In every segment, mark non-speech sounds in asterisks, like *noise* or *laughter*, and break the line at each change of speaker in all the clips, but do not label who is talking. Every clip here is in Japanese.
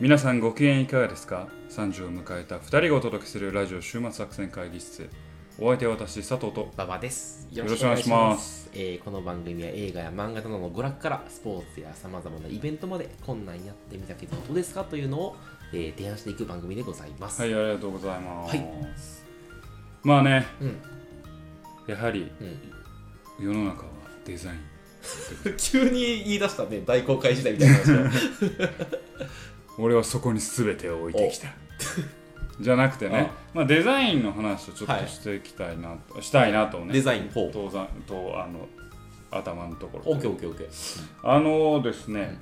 皆さんご機嫌いかがですか ?30 を迎えた2人がお届けするラジオ週末作戦会議室お相手は私佐藤と
馬場です。
よろしくお願いします。
えーこの番組は映画や漫画などの娯楽からスポーツやさまざまなイベントまでこんなんやってみたけどどうですかというのを、えー提案していく番組でございます。
はいありがとうございます、
はい
まあね
うん
やはり
う
世の中はデザイン
ん、 *laughs* 急に言い出したね大公開時代みたいな
*laughs*
話が
俺はそこに全てを置いてきた *laughs* じゃなくてねまあ、デザインの話をちょっ
は
と
い
していきたいなと、したいなとね
デザインほう
当然とあの頭のところ
オッケーオッケーオッケー
あのですね、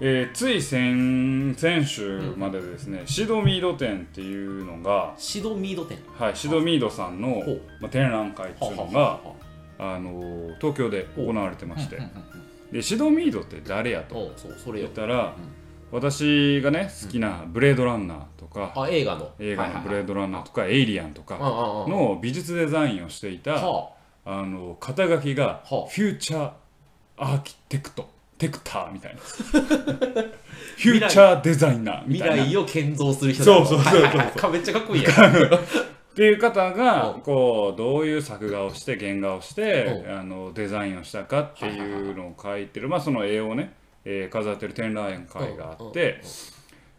えーつい先先週までですね、シドミード展っていうのが、
シドミード店
はい、シドミードさんの
ほう、
まあ、展覧会っていうのが、あのー東京で行われてまして、
うんうん
でシドミードって誰やと
うんうんそうそれ
言
よ
ったら、私がね好きなブレードランナーとか、
あ映画の
映画のブレー
ド
ドランナーとか、エイリアンとか
の
の美術デザインをしていた、
は
あの肩書きがフ
はあ
ューチャーアーキテクトテクターみた
*laughs*
いなフューチャーデザイナー
あ、
み
未
たいなっ
来を建造する人
そうそうそうそう
はいはいはいめっちゃかっこいいやん
ていう方が
お
こうどういう作画をして原画をしてあのデザインをしたかっていうのを書いてるまあその絵をね、えー飾ってる展覧会があって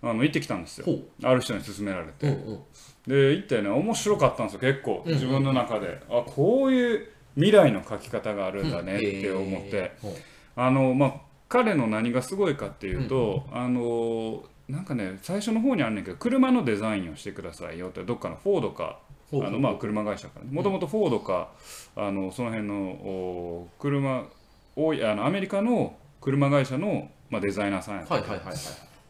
あの行ってきたんですよ
ほう
ある人に勧められ
うん
て
うん
で行ってね面白かったんですよ結構
うんうん
自分の中であこういう未来の描き方があるんだねって思って。
えーうん
あのまあ、彼の何がすごいかっていうと、あのなんかね最初の方にあんねんけど車のデザインをしてくださいよってどっかのフォードかあ
ほうほう
のまあ車会社からもともとフォードかあのその辺のお車多いあのアメリカの車会社の、まあ、デザイナーさんやった
はいはいはいはい。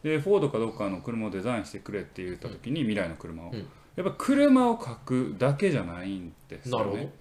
でフォードかどっかの車をデザインしてくれって言った時に未来の車を、
うん
やっぱ車を描くだけじゃないんです
な
よ
るほど
ね。。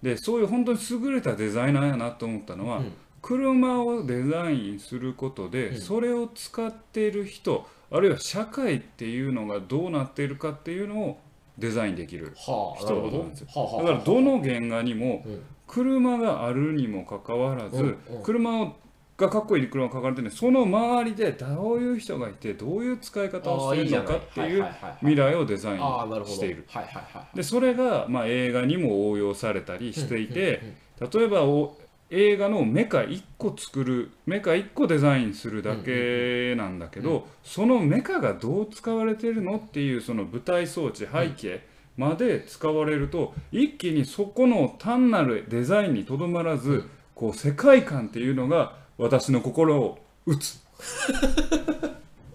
でそういう本当に優れたデザイナーやなと思ったのは、
うん
車をデザインすることで、
うん
それを使っている人あるいは社会っていうのがどうなっているかっていうのをデザインできる
はあ、な
人
る
は
ほ
どう
ど
なんですよ。
はあ
だ
はあ
からどの原画にも
うん
車があるにもかかわらず、
うんうん
車をがかっこいい車が描かれてるのにその周りでどういう人がいてどういう使い方を
ああ
してい
いい
る
じゃ
の
ない
かっていう
はいはいはいはい
未来をデザイ
ああ、なる
ン
ほど。
している。
はいはいはいはい。
でそれがまあ映画にも応用されたりしていて、例えばお映画のメカ1個作るメカ1個デザインするだけなんだけど、そのメカがどう使われてるのっていうその舞台装置背景まで使われると、一気にそこの単なるデザインにとどまらず、
うん
こう世界観っていうのが私の心を打つ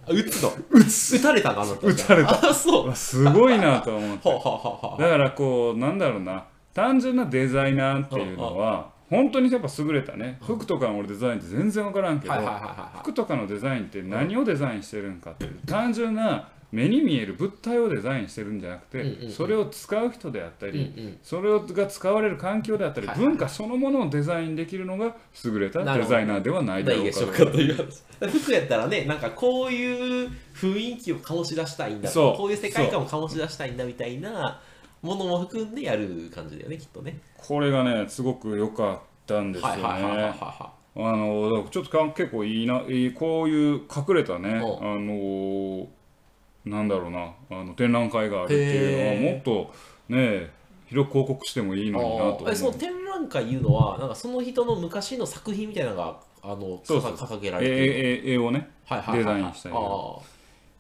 あ撃つの撃つ撃たれたかな
撃たれ
た。あ、そう。は
わすごいなと思っ
あ
て
は。あはあはあ。
だからこうなんだろうな単純なデザイナーっていうのは本当にやっぱ優れたね服とかの俺デザインって全然分からんけど
はいはいはいは
服とかのデザインって何をデザインしてるんかっていう単純な目に見える物体をデザインしてるんじゃなく
うんうんう
て
ん
それを使う人であった
いはい。
り
うんうん
それが使われる環境であったり
はい
文化そのものをデザインできるのが優れた
なる
デ
ほど
ザイナーではないだ
ない
ろう
でし
か
ょうかという話。服やったらね、なんかこういう雰囲気を醸し出したいんだ
そう
こういう世界観を醸し出したいんだみたいなものも含んでやる感じだよね、きっとね。
これがねすごく良かったんですよ
はいはいはいはい
ね
はい。は
あのだからちょっとか結構いいな、いいこういう隠れたね、あ
うん
のーなんだろうなあの展覧会があるっていうのは
へー
もっとね広く広告してもいいのになと
ああえそ
思
の
う。
展覧会いうのはなんかその人の昔の作品みたいなのがあの
そうそう
掲掲げら
え
れてる、
ええ絵をね
はいはいはいはい
デザインしたり
ああ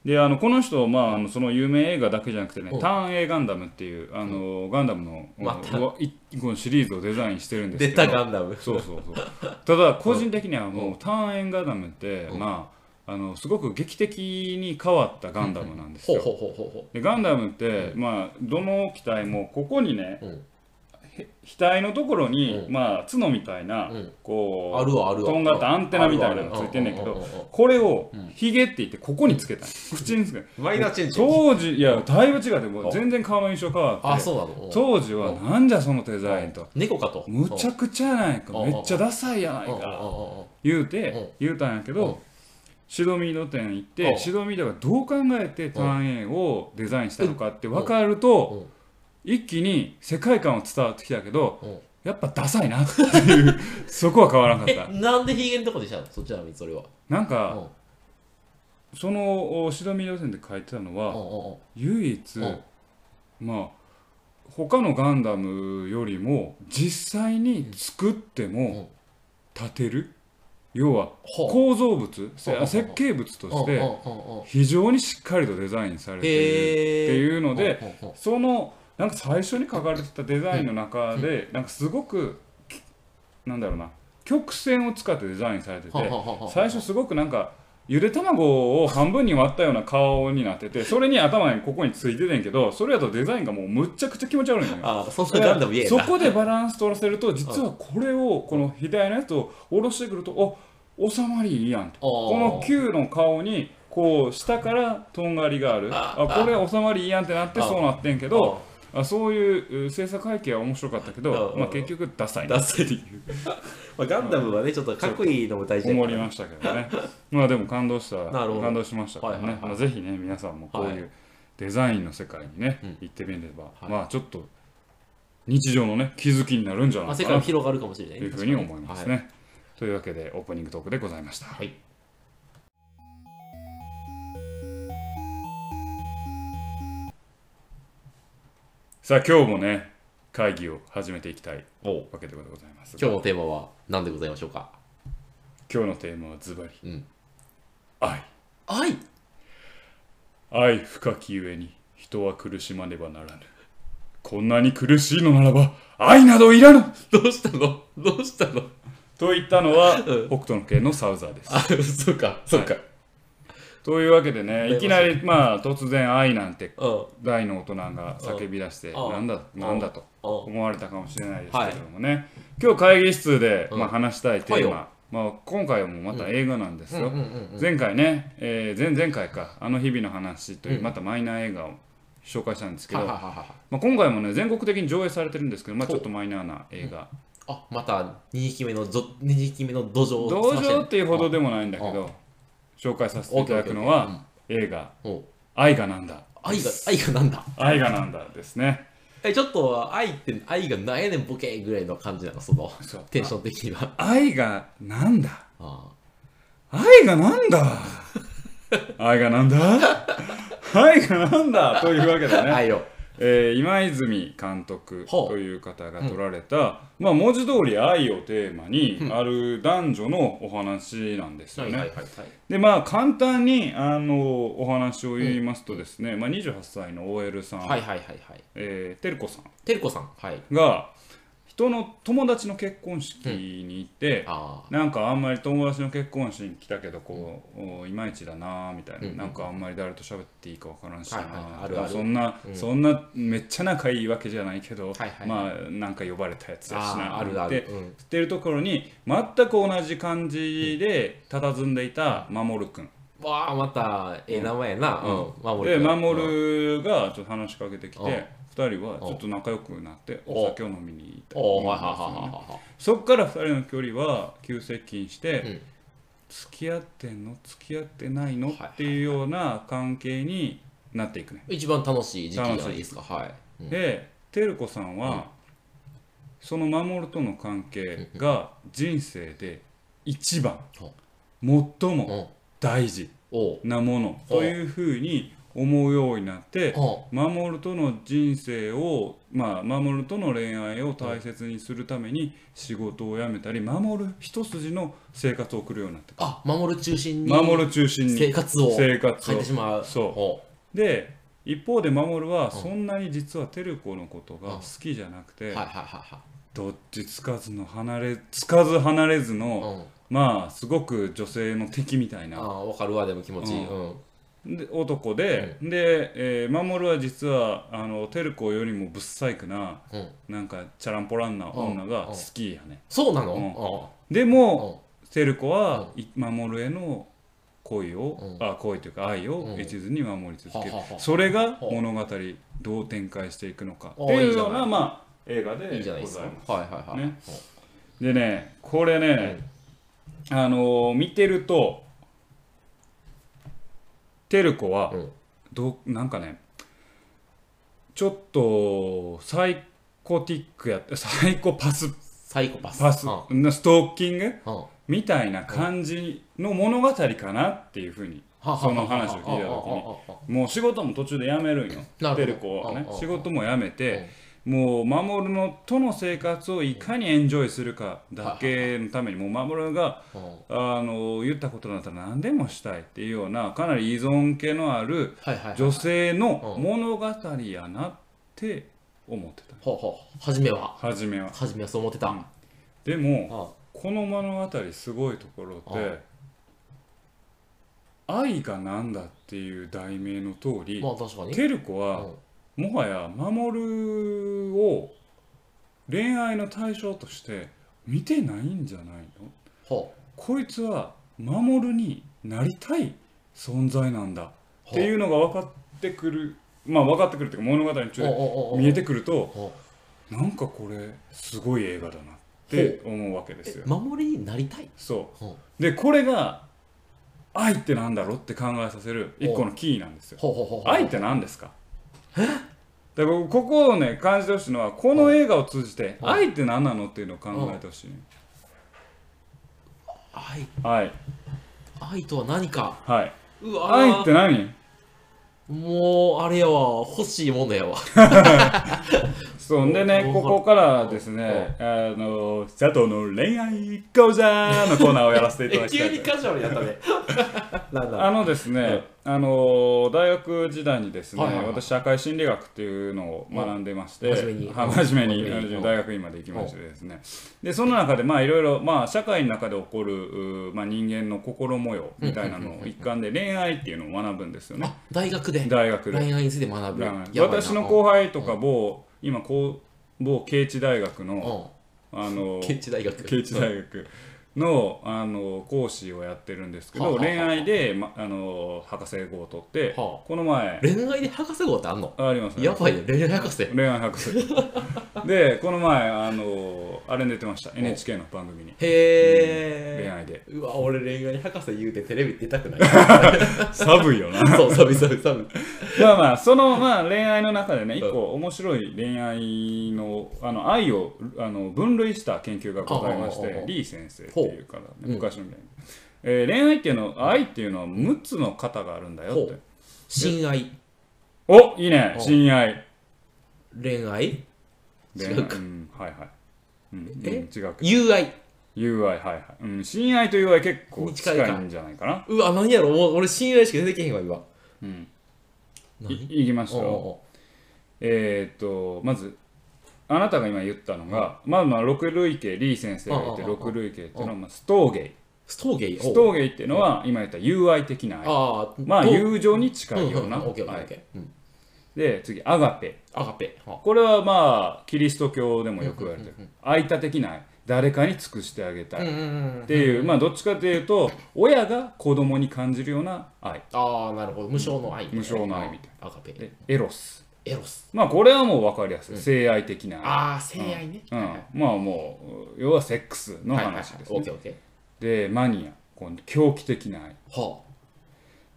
であのこの人、まあ、あのその有名映画だけじゃなくてね
う
「
ん
ターン A ガンダム」っていうあの、ガンダムの、
また
うわいこのシリーズをデザインしてるんです
出
けど
たガンダム
そうそうそうただ個人的にはもうターンエンガンダムって、まああのすごく劇的に変わったガンダムなんです
ほう
よ、
ほうほうほうほ
でガンダムって、まあ、どの機体もここにね、
うん
へ額のところに、
う
まあ、角みたいな、
うん
こう
あるわあるわ
とんがったアンテナみたいなのがついてんねんけ
うんうん
ど
うんうん
これをヒゲって言ってここにつけたんよ口につ
*laughs*
けた
うマイナーチェンジ
当時いやだいぶ違ってもう全然顔の印象変わって
あそうなの
当時はなんじゃそのデザインと
猫かと
むちゃくちゃやないか
うん
めっちゃダサいやない
うんうんうん
か
うん
言う
うん
て言うたんやけ
うん
どシドミード店行っ
う
て
ん
シドミードがどう考えてターンエンをデザインしたのかって分かると一気に世界観は伝わってきたけど
うん
やっぱダサいなっていう *laughs* そこは変わらなかっ
えなんでヒゲのとこでしたのそっちなみにそれは
たなん
う
か
ん
そのお白身路線で書いてたの
あ
は
あ
唯一
うん
まあ他のガンダムよりも実際に作っても建てる要は
ほう
構造物せ
ほうほうほう
設計物とし
うん
て
うんうんうん
非常にしっかりとデザインされている
へー
っていうので
うんうんうん
そのなんか最初に書かれてたデザインの中でなんかすごくきなんだろうな曲線を使ってデザインされて
は
て
ははは
最初すごくなんかゆで卵を半分に割ったような顔になっててそれに頭にここについててんやけどそれやとデザインがもうむっちゃくちゃ気持ち悪いのよ。
あそんなガンダム言えん
そ
な
こでバランス取らせると実はこれをこの左のやつを下ろしてくるとお収まりいいやんと
おー
この Q の顔にこう下からとんがりがある
あ
あこれ収まりいいやんってなって
あ
そうなってんけどあそういうう制作背景は面白かったけど
う、ん
まあ、結局ダサいな
ダサい理由 *laughs* まあガンダムはねちょっとかっこいいのも大事
と
だか
思
ら
いましたけどね *laughs* まあでも感動した
なるほど
感動しましたからね、
はいはいはい
まあ、ぜひね皆さんもこう
はいいう
デザインの世界にね、
うん
行ってみれば、
はい
まあちょっと日常のね気づきになるんじゃ
ま
な
あ
いか
世
な
界が広がるかもしれな
と
い
い
ね
うふうに思います
は
ね。というわけでオープニングトークでございました。
はい
さあ今日もね会議を始めていきたい
おう
わけでございますが
今日のテーマは何でございましょうか
今日のテーマはズバリ、
うん
愛
愛
愛深きゆえに人は苦しまねばならぬこんなに苦しいのならば愛などいらぬ
どうしたのどうしたの
と言ったのは、
うん
北斗の拳のサウザーです。
あそうかそうか、
というわけでね、
い
いきなり、まあ、突然愛なんて
うん
大の大人が叫び出して、
うん
なんだ、
うん
なんだと
うん
思われたかもしれないですけれどもね、今日会議室で、
うん
まあ、話したいテ
はい
ー
よ
マ、まあ、今回もまた映画なんです
うんう
よ
ん。うん
前回ね、えー前々回か、あの日々の話というう、
ん
またマイナー映画を紹介したんですけ
はは
ど、
は
ま
は
あ、今回もね、全国的に上映されてるんですけど、まあ、
ほ
ち
う
ょっとマイナーな映画。
あまた2匹目のぞ二匹目の土壌を
同
探してん
情
の
っていうほどでもないんだけど、紹介させて
オ
い
ッケ
た
ー
だ
オッケ
く
ー
のは、映画
うんおう
「愛がなんだ
愛が愛がなんだ」
愛がなんだですね
えちょっと愛って愛がなんやねんボケぐらいの感じなのその
そう
テンション的には
愛がなんだ
あ
愛がなんだ愛がなんだ愛がなんだというわけで
あ
ね、
愛を
えー今泉監督
ほう
という方が取られた、まあ文字通り愛をテーマにある男女のお話なんですよね、
はい
でまあ簡単にあのお話を言いますとですね、まあ、28歳の OL さん、
はいはいはいはい
えー、てるこさん
てるこさんはい
が人の友達の結婚式に行って、
あ
なんかあんまり友達の結婚式に来たけどこう、おいまいちだなーみたいな、
うん
なんかあんまり誰と喋っていいかわからんしな
はいはいあるある
そんな、
うん
そんなめっちゃ仲いいわけじゃないけど、
はいはい
まあなんか呼ばれたやつ
あ
やし
あ
な
あるあ
って
るうん
言ってるところに全く同じ感じで佇んでいた守くん、
わあまたええ名前やな
うん
うん守
で
る
守がちょっと話しかけてき
うん
て2人はちょっと仲良くなってお酒を飲みに行ったりと
お
か
おはいはい
するんですよね
はいはいは
そっから2
い
人の距離は急接近して、
うん
付き合ってんの付き合ってないの
はいはいはい
っていうような関係になっていくね。
一番楽しい時期じゃないですかはいうん
で照子さんは、その守との関係が人生で一番
うん
最
う
も
ん
大事
おう
なものというふうに思うようになって
おう
守との人生をまあ守との恋愛を大切にするために仕事を辞めたり守る一筋の生活を送るようになってく
あ守る中心に
る守る中心に
生活を
生活
変え
を
てしまう
そう
お
で一方で守は
うん
そんなに実は照子のことが好きじゃなく
う
て
はいはいはい
どっちつかずの離れつかず離れずの
はいうん
まあすごく女性の敵みたい
あ
な
あわかるわでも気持ちいいうん
で男でで、えー、守は実はあの照子よりもぶっさいくな
うん
なんかチャランポランな女が
うん
好きやね
そうな
うん
の
で
う
も
ん
照子はい守への恋を、
う
あ恋というか愛を
うん
一途に守り続ける、
ははは
それが物語どう展開していくのかって
あい
い
いうじゃ
よう
ない
なまあ映画でござ
いいじゃない
い
で
ますす
か。はいはいはい。
ねでねこれね、あのー見てると照子は
うん
どうなんかねちょっとサイコティックやったサイコパス
サイコパス。
パス
うん
ストーキング
うん
みたいな感じの物語かなっていうふうに
はは
その話を聞いた時にもう仕事も途中で辞めるんよ
なるほど
テレコはね
ああああ
仕事も辞めてもう守るのとの生活をいかにエンジョイするかだけのためにもう守るが
には
あの言ったことだったら何でもしたいっていうようなかなり依存系のある
いはい
女性の物語やなって思ってた
ほうほう初めは
初めは。
初めはそう思ってた、
うん
あ
でも
あ
この物語すごいところって「愛がなんだ」っていう題名の通り
まあ確かに
テルコはもはや守るを恋愛の対象として見てないんじゃないの
ほ
こいつは守るになりたい存在なんだ
う
っていうのが分かってくるまあ分かってくるっていうか物語に中で見えてくると
ほ
なんかこれすごい映画だなって思うわけですよ。
守りになりたい
そ
ほ
うでこれが愛ってなんだろうって考えさせる一個のキーなんですよ。
ほうほうほう
愛って何ですかで僕ここをね感じてほしいのはこの映画を通じて
はい
愛って何なのっていうのを考えてほしいね
愛
はい
愛とは何か
はいう
わー
愛って何
もうあれやわ欲しいもの
*laughs*
やわ
そんでねここからですねあの佐藤の恋愛講座のコーナーをやらせていただ
え
きた
急
い
に
と
カジュアル
*laughs*
やったねなんだ
あのですね、あの大学時代にですね、
はいはいはい
私社会心理学っていうのを学んでまして、
うん真面目に
は真面目に
真面目に
あの大学院まで行きましてですね、でその中でまあいろいろまあ社会の中で起こるうまあ人間の心模様みたいなのを一環で恋愛っていうのを学ぶんですよね、
あ大学で
大学で。
恋愛について学ぶやばいな
私の後輩とか某今こう某慶知大学のあの
うんケンチ大学
慶知大学のあの講師をやってるんですけ
はあ
ど
はあはあ
恋愛で、ま、あの博士号を取って
は
この前
恋愛で博士号ってあんの
ありますね
やばいね恋愛博士
恋愛
*laughs*
博士でこの前あのあれに出てました NHK の番組に
へえ、
恋愛で
うわ俺恋愛博士言うてテレビ出たくない
寒いよな
そうサビサビサビ
*laughs* まあまあその、まあ、恋愛の中でね
うん
一個面白い恋愛のあの愛をあの分類した研究がございまし
はあはあは
て
あ
リー先生っていうから、ね、
ほう
昔の恋愛、えー恋愛っていうのは愛っていうのは6つの型があるんだよっ
ほ
て
う親愛
おいいね
お
親愛
恋愛
恋愛
違うか
ん、はいはい、うんうん、
え
違うか
友愛
友愛はいはい、うん、親愛と友愛結構
に近
近
いか
いんじゃないかな
うわ何やろもう俺親愛しか出てけへんわ今
うんい
何
いきましょう
おうおう
えーっとまずあなたが今言ったのが、まあまあ六類型リー先生が言って
うんうんうんうん
六類型っていうのは、まあ、ストーゲイ
ストーゲイ
ス
おう
トーゲイっていうのは今言った友愛的な愛
あー
まあ
どう
友情に近いような
うんうんオッケーオッケー
愛
オッケーうん
で次アガペ
アガペは
これはまあキリスト教でもよく言われてる愛他的な愛誰かに尽くしてあげたい
うんうんうん
っていう、まあどっちかというと親が子供に感じるような愛
ああなるほど無償の愛
無償の愛みたい
なアガペ
でエロス
エロス
まあこれはもう分かりやすい、性愛的な
ああ性愛ね
う
はい
ん
はいはい、
まあもう要はセックスの話です、ね
オッケーオッケー
でマニアこの狂気的な愛
は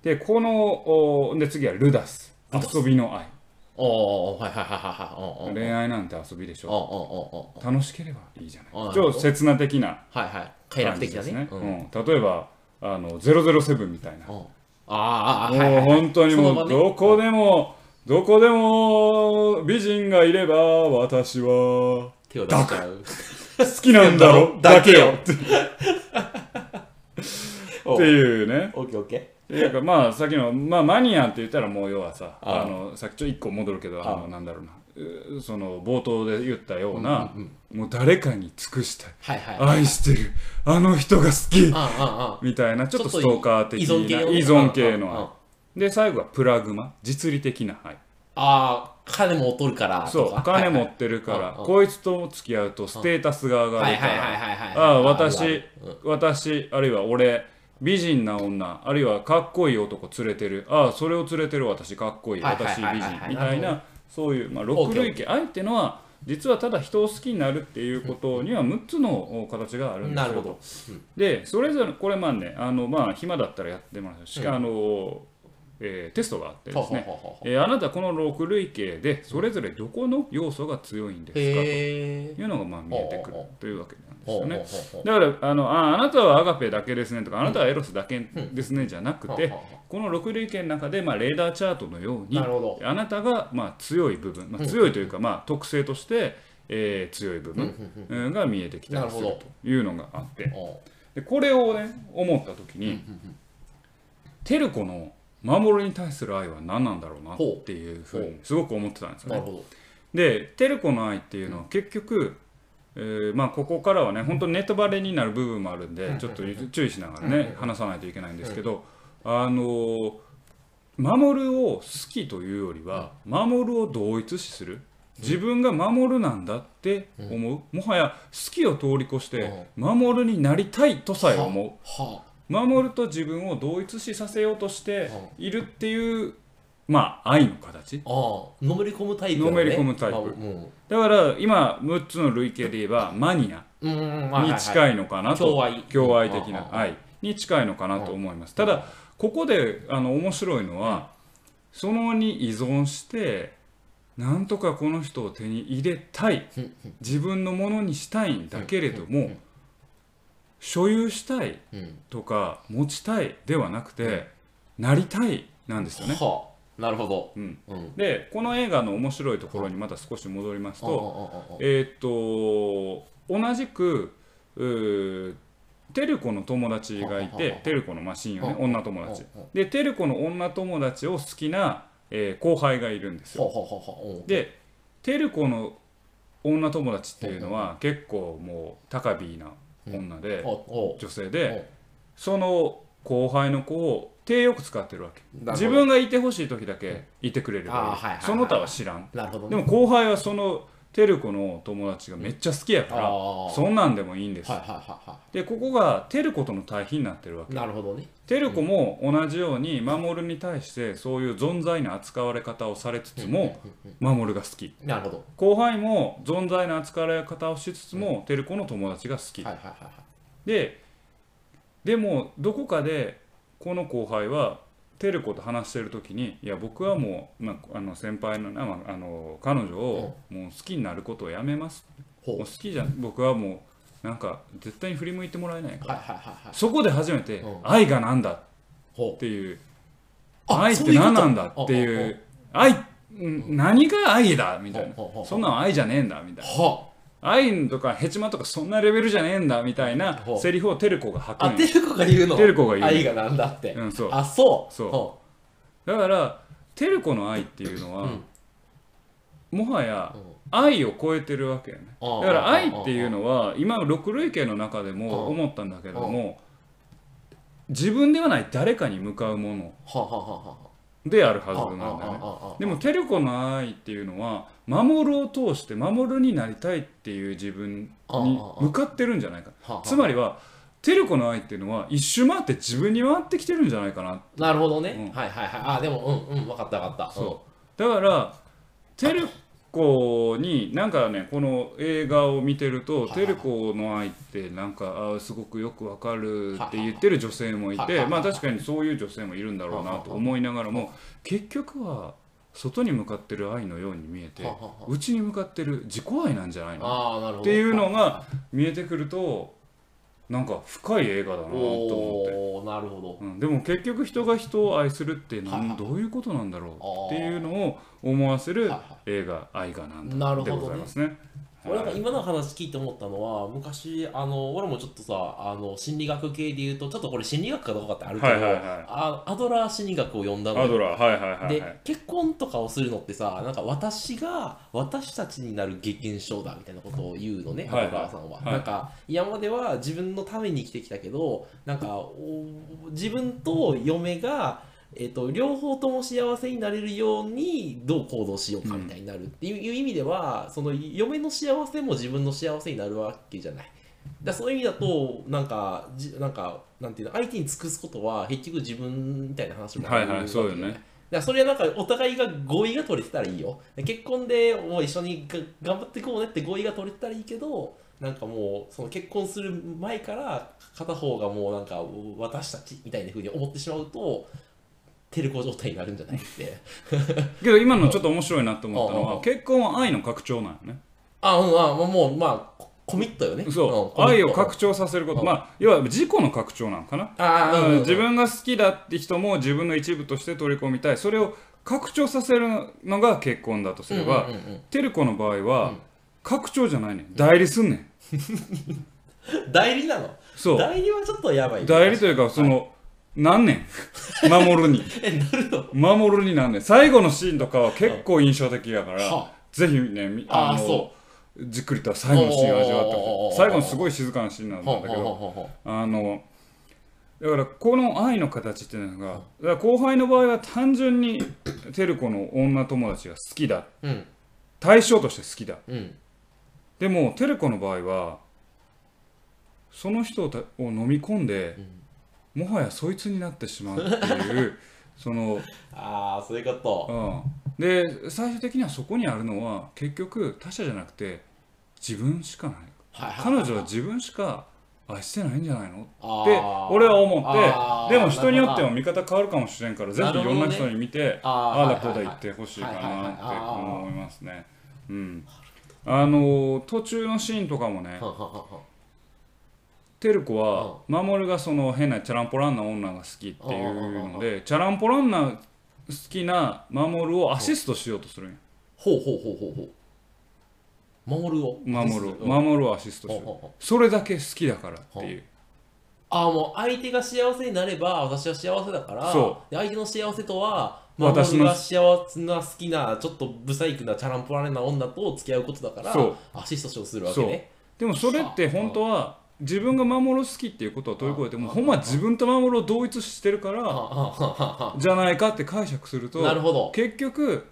でこのおで次はルダス
ルダス
遊びの愛
あおーおーはいはいはいはいはいおーおー
恋愛なんて遊びでし
おー
ょ
おーおーおー
楽しければいいじゃ
あな
な
る
い
ほど
超刹那的な
はいはい快
感
楽
じ
的
で
だ
す
ね
ね、
う
うんん例えばあの007みたいな
うんあーあーあーは
もう
いはいはい
本当に
そ
も
の場
う
ね
どこでもどこでも美人がいれば私は
手を出しちゃう
好きなんだろだけよって
お
っていうね
オッケーオッケ
っていうかまあさっきの、まあ、マニアって言ったらもう要はさ
あ
あ
あ
のさっきちょっと1個戻るけどあ
あ
のなんだろうなうその冒頭で言ったような、
うんうん
もう誰かに尽くしたい
ーはいはい
愛してるあの人が好き
ああああ
みたいなちょっとストーカー的な
依存系のね
依存系の
あ
愛
あ
で最後はプラグマ実利的な愛
あー金も取るから
そ
と
う
か
お金持ってるから、
はいはいああ
こいつと付き合うとステータスが上が
はい
るか
はいはい
ら
はいはいはい
ああ私
るある
私あるいは俺美人な女あるいはかっこいい男連れてるああそれを連れてる私かっこいい
はいはい
私
は
美
いはいはい
人みたい
なる
なそういう、まあ、
OK
六類型愛っていうのは実はただ人を好きになるっていうことには6つのお形があるんです
なる
よ
ほ
と
ど
でそれぞれこれまあねあのまあ暇だったらやってもらうし、あのえーテストがあってですね、
ほうほうほうほう
えーあなたこの6類型でそれぞれどこの要素が強いんですかと
へえ
いうのがまあ見えてくるというわけなんですよね。
ほうほうほうほう
だからあのああなたはアガペだけですねとかあなたはエロスだけですねじゃなくて
ほうほう
この6類型の中で、まあ、レーダーチャートのように
なるほど
あなたがまあ強い部分、まあ、強いというかまあ特性として、えー強い部
うんう
分
ん
うんが見えてきたりする
なるほ
というのがあって
ほ
でこれをね思った時にテルコの守に対する愛は何なんだろうなっていうふうにすごく思ってたんです
う
よ
なる
ね。
ほ
でテルコの愛っていうのは結局、えーまあ、ここからはね本当にネタバレになる部分もあるんでちょっと注意しながらね話さないといけないんですけどあのー守るを好きというよりは守るを同一視する自分が守るなんだって思うもはや好きを通り越して守るになりたいとさえ思う
どはあ
守ると自分を同一視させようとしているっていうまあ愛の形
ああのめり込むタイプだね
のめり込むタイプ
まあうん
だから今6つの類型で言えばマニア
うんうんうんはいはい
に
はい
近いのかなと
共愛
共愛的な
うん
愛に近いのかなと思いますただここであの面白いのはそのに依存してなんとかこの人を手に入れたい
うん
自分のものにしたいんだけれども所有したい
うん
とか持ちたいではなくてなりたいなんですよね。
はあなるほど
うん
うん
でこの映画の面白いところにまた少し戻りますと
ああああああ
えーっと同じくうーテルコの友達がい
はあはあは
て
あ
テルコのマシンよね
はあ
女友達
はあはあ
でテルコの女友達を好きな、えー後輩がいるんですよ
ほうほうほうほう
でテルコの女友達っていうのは結構もう高ビーな女で
あおう
女性
お
で
う
その後輩の子を手よく使ってるわけ
なるほど
自分がいてほしい時だけいてくれれ
あー
ば
はいは
い
いはい
いその他は知らん
なるほどね
でも後輩はそのテルコの友達がめっちゃ好きやか
あ
ら、
あ
そんなんでもいいんです、
はいはいはいは
でここがテルコとの対比になってるわ
い
け
なるほどね
テルコも同じように守に対してそういう存在な扱われ方をされつつも守が好き
なるほど
後輩も存在な扱われ方をしつつもテルコの友達が好き
はいはいはいはい
ででもどこかでこの後輩はテルコと話してる時にいや僕はもう、まあ、あの先輩のな、まあ、あの彼女をもう好きになることをやめますもう好
ほ
きじゃん僕はもうなんか絶対に振り向いてもらえないか
うはいはいはいはい
そこで初めて
うん
愛がなんだ
ほ
っ
う
ていう
あ
愛っ
そう
て
いうこと
何なんだっていう愛うん何が愛だみたい
ほうほうほ
な
う
そんなん愛じゃねえんだみたいな
は
愛とかヘチマとかそんなレベルじゃねえんだみたいな
ほう
セリフをテルコが吐く
ああ
んよ
テルコが言うの
テルコが言うの
愛がなんだって
うんそう
あそう
そう
ほ
だからテルコの愛っていうのは、
うん
もはや
ううん
愛を超えてるわけよね
ああ
だから愛っていうのは今の六類型の中で
ああ
も思ったんだけども自分ではない誰かに向かうもの
はあはあはあはあ
であるはずなんだよね
ね
でもテルコの愛っていうのは守るを通して守るになりたいっていう自分に向かってるんじゃないかつまりはテルコの愛っていうのは一周回って自分に回ってきてるんじゃないかな
なるほどね、
うん
はいはいはいあでもうんうん分かった分かった
そうだからテルコになんかねこの映画を見てると
はい
テルコの愛ってなんかあーすごくよくわかるって言ってる女性もい
はいはい
て
はい
まあ確かにそういう女性もいるんだろうなと思いながらも結局は外に向かってる愛のように見えて
ははは
内に向かってる自己愛なんじゃないの
ああなるほど
っていうのが見えてくるとなんか深い映画だなと思って。
おおーなるほど
うん、でも結局人が人を愛するって
はいは
何
い
どういうことなんだろうって
あー
いうのを思わせる
はいは
映画「愛がなんだ」
なるほ
で
どね
ございますね。
俺なんか
はい
今の話聞いて思ったのは昔あの俺もちょっとさあの心理学系で言うとちょっとこれ心理学かどうかってあるけど、
はいはいはい
あアドラー心理学を読んだの
ア
よ
ドラーはいはいはい、は
で
い、
結婚とかをするのってさなんか私が私たちになる激現象だみたいなことを言うのね
はいはい
お母さんは、
はい
なんか今までは自分のために生きてきたけどなんかお自分と嫁がえっと両方とも幸せになれるようにどう行動しようかみたいになるっていう,、いう意味ではその嫁の幸せも自分の幸せになるわけじゃない。だからそういう意味だとなんかじなんかなんていうの相手に尽くすことは結局自分みたいな話もある
はいはいそうよね
わけじゃないだからそれはなんかお互いが合意が取れてたらいいよ結婚でもう一緒にが頑張っていこうねって合意が取れてたらいいけどなんかもうその結婚する前から片方がもうなんか私たちみたいな風に思ってしまうとテレコ状態になるんじゃな
*laughs*
いって。
けど今のちょっと面白いなと思ったの
う
は
ん
結婚は愛の拡張なんよね
あ、うん、あ、もうもう、まあ、ココミットよね。
そ
ん
う
コミット
愛を拡張させるこ
う
と
ん
まあ要は自己の拡張なのかな
ああ、
だか
う
ら
ん
自分が好きだって人も自分の一部として取り込みたいそれを拡張させるのが結婚だとすれば、
うんうんうん
テレコの場合
う
は
ん
拡張じゃないねん代理すんねん
うん代理なの
そう
代理はちょっとやばい。
代理というかその、何年守る
*laughs*
に
え、なるの
守るに何年最後のシーンとかは結構印象的やから、
は
ぜひねみ
あ
あ
ー
のじっくりと最後のシーンを味わって
おーおーおー
ほ
お
し
ー
い最後のすごい静かなシーンなんだ
ほ
け
うほうほ
ど
うほうほ
あのだからこの愛の形っていうのがだから後輩の場合は単純にテル子の女友達が好きだ
う。うん、
対象として好きだ
うん。
でもテレコの場合はその人をたを飲み込んで、もはやそいつになってしまうっていう *laughs* その、
ああ、そういうこと。
うん、で最終的にはそこにあるのは結局他者じゃなくて自分しかない
はいはい
彼女は自分しか愛してないんじゃないの
あ
って
ー
俺は思っ
あー
てでも人によって
なる
は見方変わるかもしれんからぜ
な
ひ
る
い
ほど
ろ
ね
んな人に見て
ほど
あ
あー
あ
は
だ
いはい
こう
は
だ
い
言ってほしいか
はいはいはい
な
あ
って思いますね。うん、あの途中のシーンとかもね
ほどはんはんはんはん
テル子は守がその変なチャランポランな女が好きっていうのでチャランポランな好きな守をアシストしようとするんや
ほうほうほうほうほう。守るを。
守を
うん
守をアシスト
ほう
し
ほう
よう
ほう
それだけ好きだからっていう
ああもう相手が幸せになれば私は幸せだから
そ
で相手の幸せとは
私
私
の
が幸せな好きなちょっとブサイクなチャランポラレな女と付き合うことだから
そう
アシストしをするわけね
でもそれって本当は自分が守を好きっていうことを飛び越えてもうほんま自分と守を同一してるか
あ
ら
ああ
じゃないかって解釈する
*laughs* あなる
と
ほど
結局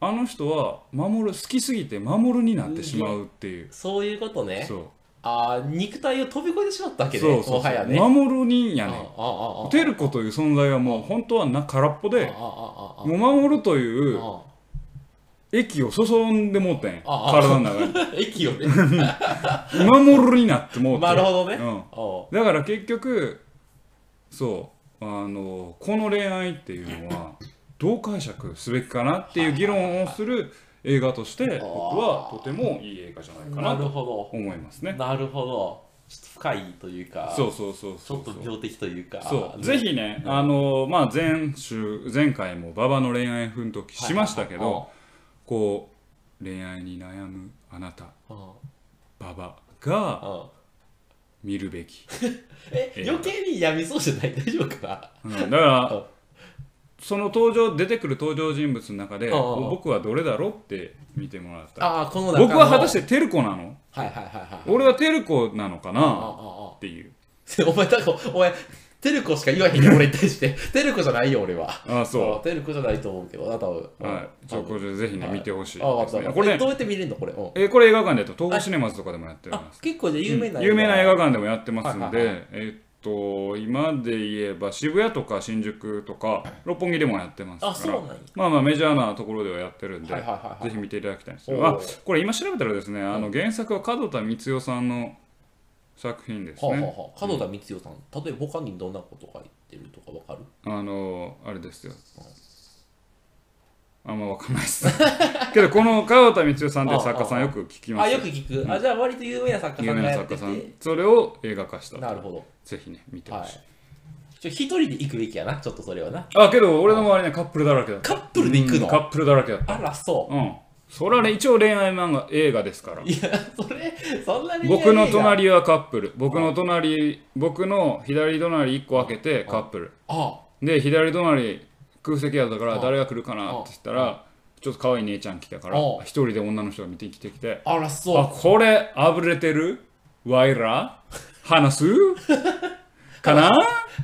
あの人は守る好きすぎて守るになってしまうっていう
そういうことね
そ
ああ肉体を飛び越えてしまったわ
う
けね
そうそ
も
う
はやね
守る人や
ああ
ねん
ああああ
テルコという存在はもう本当はな空っぽ
ああ
で、
あああ
も
あ
う守るという
あ
液を注んでもうてん、
ああ
体の中に。
あ *laughs* 駅をね
守るになってもうてん。
なるほどね
うん
おう
だから結局、そう、あの、この恋愛っていうのは、どう解釈すべきかなっていう議論をする映画として、僕はとてもいい映画じゃないか
な
な
る
と
ほ
思います
ど
ね。
なるほどちょっと深いというか
そうそうそう
ち
そ
ょ
う
っ
そ
と
う。
病的というか
そう
ね
ぜひね、あのまあ、前週前回も馬場の恋愛奮闘記しましたけど、
はいはいはい
こう恋愛に悩むあなた
あ
馬場が
あああ
見るべき、
え
え
余計にやみそうじゃない *laughs* 大丈夫かな
うん、だか
*laughs* う
ら
ん
その登場出てくる登場人物の中で
うんうんうん
僕はどれだろうって見てもらったら
ああこの中の
僕は果たしてテルコなの
はいはいはいはい
俺はテルコなのか
あああ
な
あ
っていう
*laughs* お前なんかお前テルコしか言わへんよ俺に対して *laughs* テルコじゃないよ俺は
ああそ
テルコじゃないと思うけどな多分
う、はい、ちょこれぜひね、
はい
見てほしい
あわ
で
かった
す
わか
ねこれ
ったえ
ね
どうやって見れるのこれうん
えーこれ映画館でと東宝シネマズとかでもやっております
あ結構じゃあ有名な
有名な映画館でもやってますので、
はいはい
えっと今で言えば渋谷とか新宿とか六本木でもやってます
あ
か
そう
ら
なんや
まあまあメジャーなところではやってるんで、
はいはいはいはい
ぜひ見ていただきたいんですけ
お
ど
ー
あこれ今調べたらですねあの原作は門田光代さんの作品ですね、
はあ、はあはあ、角田光代さん例えば他にどんなこと書いてるとかわかる
あのあれですよあんまわかんないです *laughs* けどこの門田光代さんっていう作家さんよく聞きま
あ
す
よく聞く、あじゃあ割と有名な作
有
家さん
名
が
な
やって
作家さん
て
それを映画化した
なるほど
ぜひね見てほし
はいいちょ一人で行くべきやなちょっとそれはな
あけど俺の周りねカップルだらけだった
カップルで行くの
うんカップルだらけだった
あらそう
うんそれはね一応恋愛漫画映画ですから
いやそれそんなに
僕の隣はカップル僕の隣僕の左隣1個開けてカップル
あ
で左隣空席やったから誰が来るかなって言ったらちょっと可愛い姉ちゃん来たから
うん
一人で女の人が見てきてきて
あらそう
あこれあぶれてるワイラ話すかな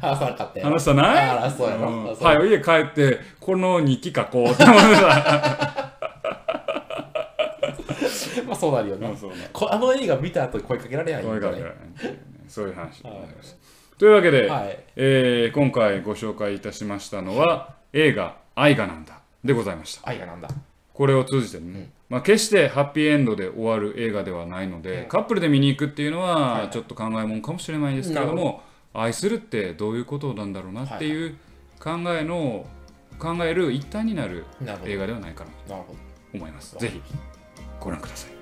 話さなかったよ
話さない
あらそうやな、
ん
あそう
はい、家帰って、この日記書こうって思ってた。
まあそうなるよね、
そう
こあの映画見た後声かけられない
声
ん
か
だ
けられ
ね
ないっていうねそういう話になりました。というわけで、
はい
えー今回ご紹介いたしましたのは、映画、愛がなんだでございました。
愛がなんだ
これを通じてね、まあ、決してハッピーエンドで終わる映画ではないので、カップルで見に行くっていうのは、ちょっと考えもんかもしれないですけれども、愛するってどういうことなんだろうなっていう考えの考える一端になる
なるほど
映画ではないかなと
なるほ
思います
ど
ぜひご覧ください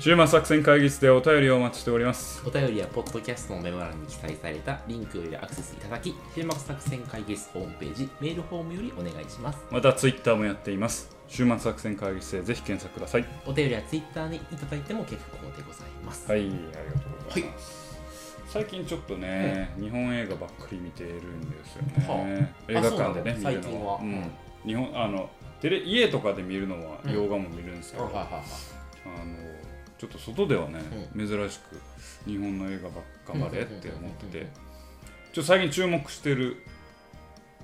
週末作戦会議室でお便りをお待ちしております
お便りはポッドキャストのメモ欄に記載されたリンクよりアクセスいただき週末作戦会議室ホームページメールフォームよりお願いします
またツイッターもやっています週末作戦会議室でぜひ検索ください
お便りはツイッターにいただいても結構でございます
はいありがとうございます、最近ちょっとね、日本映画ばっかり見ているんですよね、映
あ
画館でね見るの
そうなの
は
最近は
うん
うん
日本あのテレ家とかで見るのは
うん
洋画も見るんですけど、あのちょっと外ではね、珍しく日本の映画ばっか頑張れって思って
うんうんうんうんうん
てちょっと最近注目してる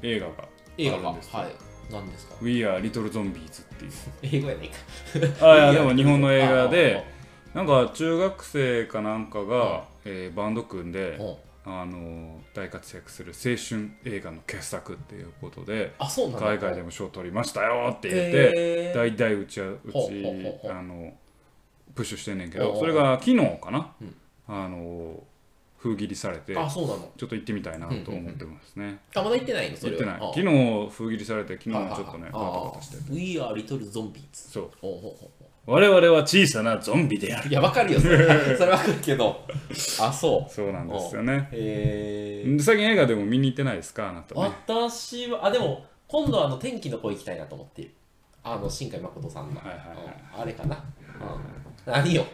映画が
映画
あ
が
るんですよ
はい何ですか
「We Are Little Zombies」っていう
英語やないか
あいやでも日本の映画で
あ
なんか中学生かなんかが、えーバンド組んで
ああああ
あの大活躍する青春映画の傑作っていうことで
あそうなんだ
海外でも賞取りましたよって言って
えー
大々うちはう
ほうほうほう
ち
ほう
あのプッシュしてんねんけ
ほう
ど
ほう
それが昨日かな
うん
あの封切りされてち
あ
ょ
そうなの
っと行ってみたいなと思ってますね
あまだ行ってないのそ
行
れ
って
は
ない
ああ
昨日封切りされて昨日
ああ
もちょっとね
あ
バ
あ
タバタしてる
We are little zombies
そう
ほうほうほうほ
我々は小さなゾンビである
ういやわかるよそれはそれわかるけどあそう
そうなんですよね
へえ
で最近映画でも見に行ってないですかあなたね
私はあでも今度はあの天気の子行きたいなと思っているあの新海誠さんの、
はいはいはい
うんあれかな、うん何よ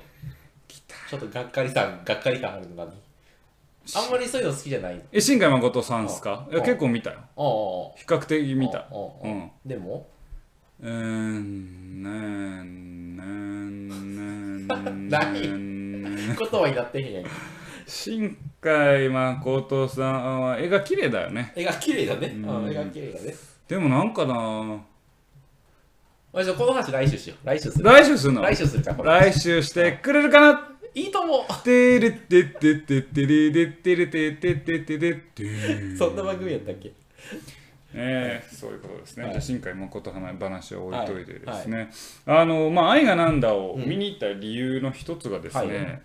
ちょっとがっかりさんがっかり感あるのがあんまりそういうの好きじゃない
え新海誠さんですか
あ
いや結構見たよ
ああ
比較的見た
ああ
うん
でも
うーんねんねんねん
何
ねん
言葉になって
*laughs*
へんやん
新海誠さんは絵が綺麗だよね
絵が綺麗だね、うん
うん
絵が綺麗だね
でもなんかな
まあ、じゃあこの話来週しよう来週する
来週するの
来週するかこれ
来週してくれるかない
いとも
てれてってってってれてってれてってってってれてー
そんな番組やったっけ
ええそういうことですね、
はい
じゃあ新海誠話を置いといてですね、あのまあ「愛がなんだ」を見に行った理由の一つがですね、
はい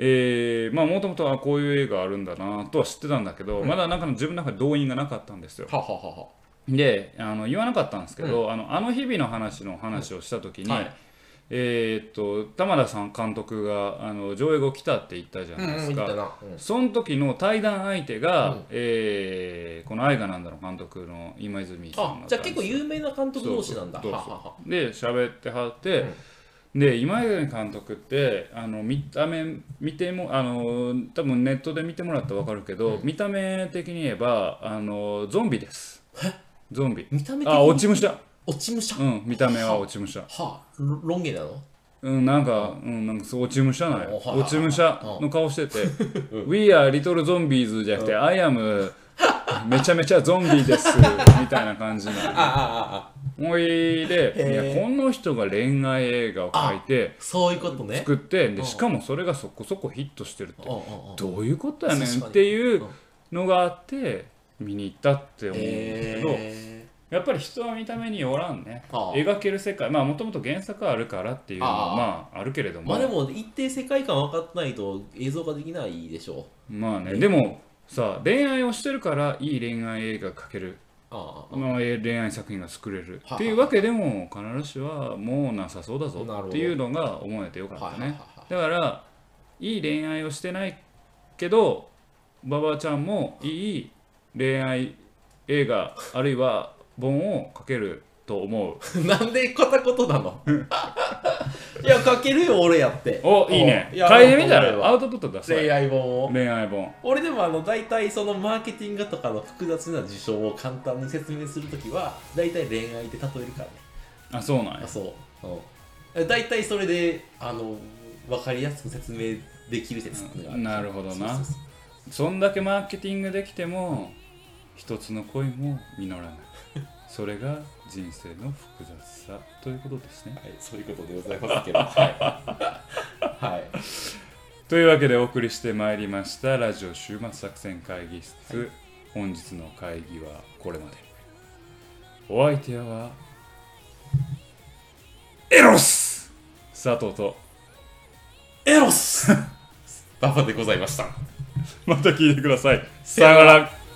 えーまあもともとこういう映画あるんだなとは知ってたんだけど、まだなんかの自分の中で動員がなかったんですよ
はははは
であの言わなかったんですけど、あのあの日々の話の話をした時に、
はい
えーっと玉田さん監督があの上映後来たって言ったじゃ
う
なんいで
う
す
ん
か、
言ったな、うん
その時の対談相手が、
うん
えーこの「愛がなんだ」の監督の今泉さん
あ
だった
じゃ
ん
あ
です
結構有名な監督同士なんだ
そうそう
ははは
で喋ってはって、で今泉監督ってあの見た目見てもあの多分ネットで見てもらったら分かるけど、見た目的に言えばあのゾンビですゾンビ
見た目的に
あ落ち武者
落ち武者、
うん見た目は落ち武者
はあロロン毛なの
うん、なんか、うん、なんかそう落ち武者なんよ
おはいはいはい
落ち武者の顔してて「We are little zombies」じゃなくて「I am めちゃめちゃゾンビ
*laughs*
です」みたいな感じな
あああああ
のおいで
へー
いやこの人が恋愛映画を描いて
そういうことね
作ってでしかもそれがそこそこヒットしてるって
うんうんうん
どういうことやね
確
ん
かに
っていうのがあって見に行ったって思うんですけど、
え
やっぱり人は見た目によらんね
ああ
描ける世界まあもともと原作はあるからっていうのは
ああ
まああるけれど
ー
も
まあでも一定世界観分かってないと映像化できないでしょう
まあね、でもさ恋愛をしてるからいい恋愛映画描ける、
ああ
まあ、恋愛作品が作れるっていうわけでも必ずしはもうなさそうだぞ
なるほど
っていうのが思えてよかった
はいはい
ね
はいは
だからいい恋愛をしてないけど馬場ちゃんもいい恋愛映画あるいは本を描けると思う
*laughs* なんで片言なのいや書けるよ俺やって
おいいね
うんや
書いてみた
俺
ら
は
アウトプットださい
恋愛本を
恋愛本
俺でもあの大体そのマーケティングとかの複雑な事象を簡単に説明するときは大体恋愛で例えるからね
あそうなん
あ
や
そう、うん、大体それであの分かりやすく説明できる説っていうのがあ
なるほどな
そうそう
そんだけマーケティングできても一つの恋も実らないそれが人生の複雑さということですね
はい、そういうことでございますけど、はい、 *laughs* はい、
というわけでお送りしてまいりましたラジオ週末作戦会議室、
は
本日の会議はこれまでお相手はエロス佐藤と *laughs*
エロスババでございました。
また聞いてくださいさよなら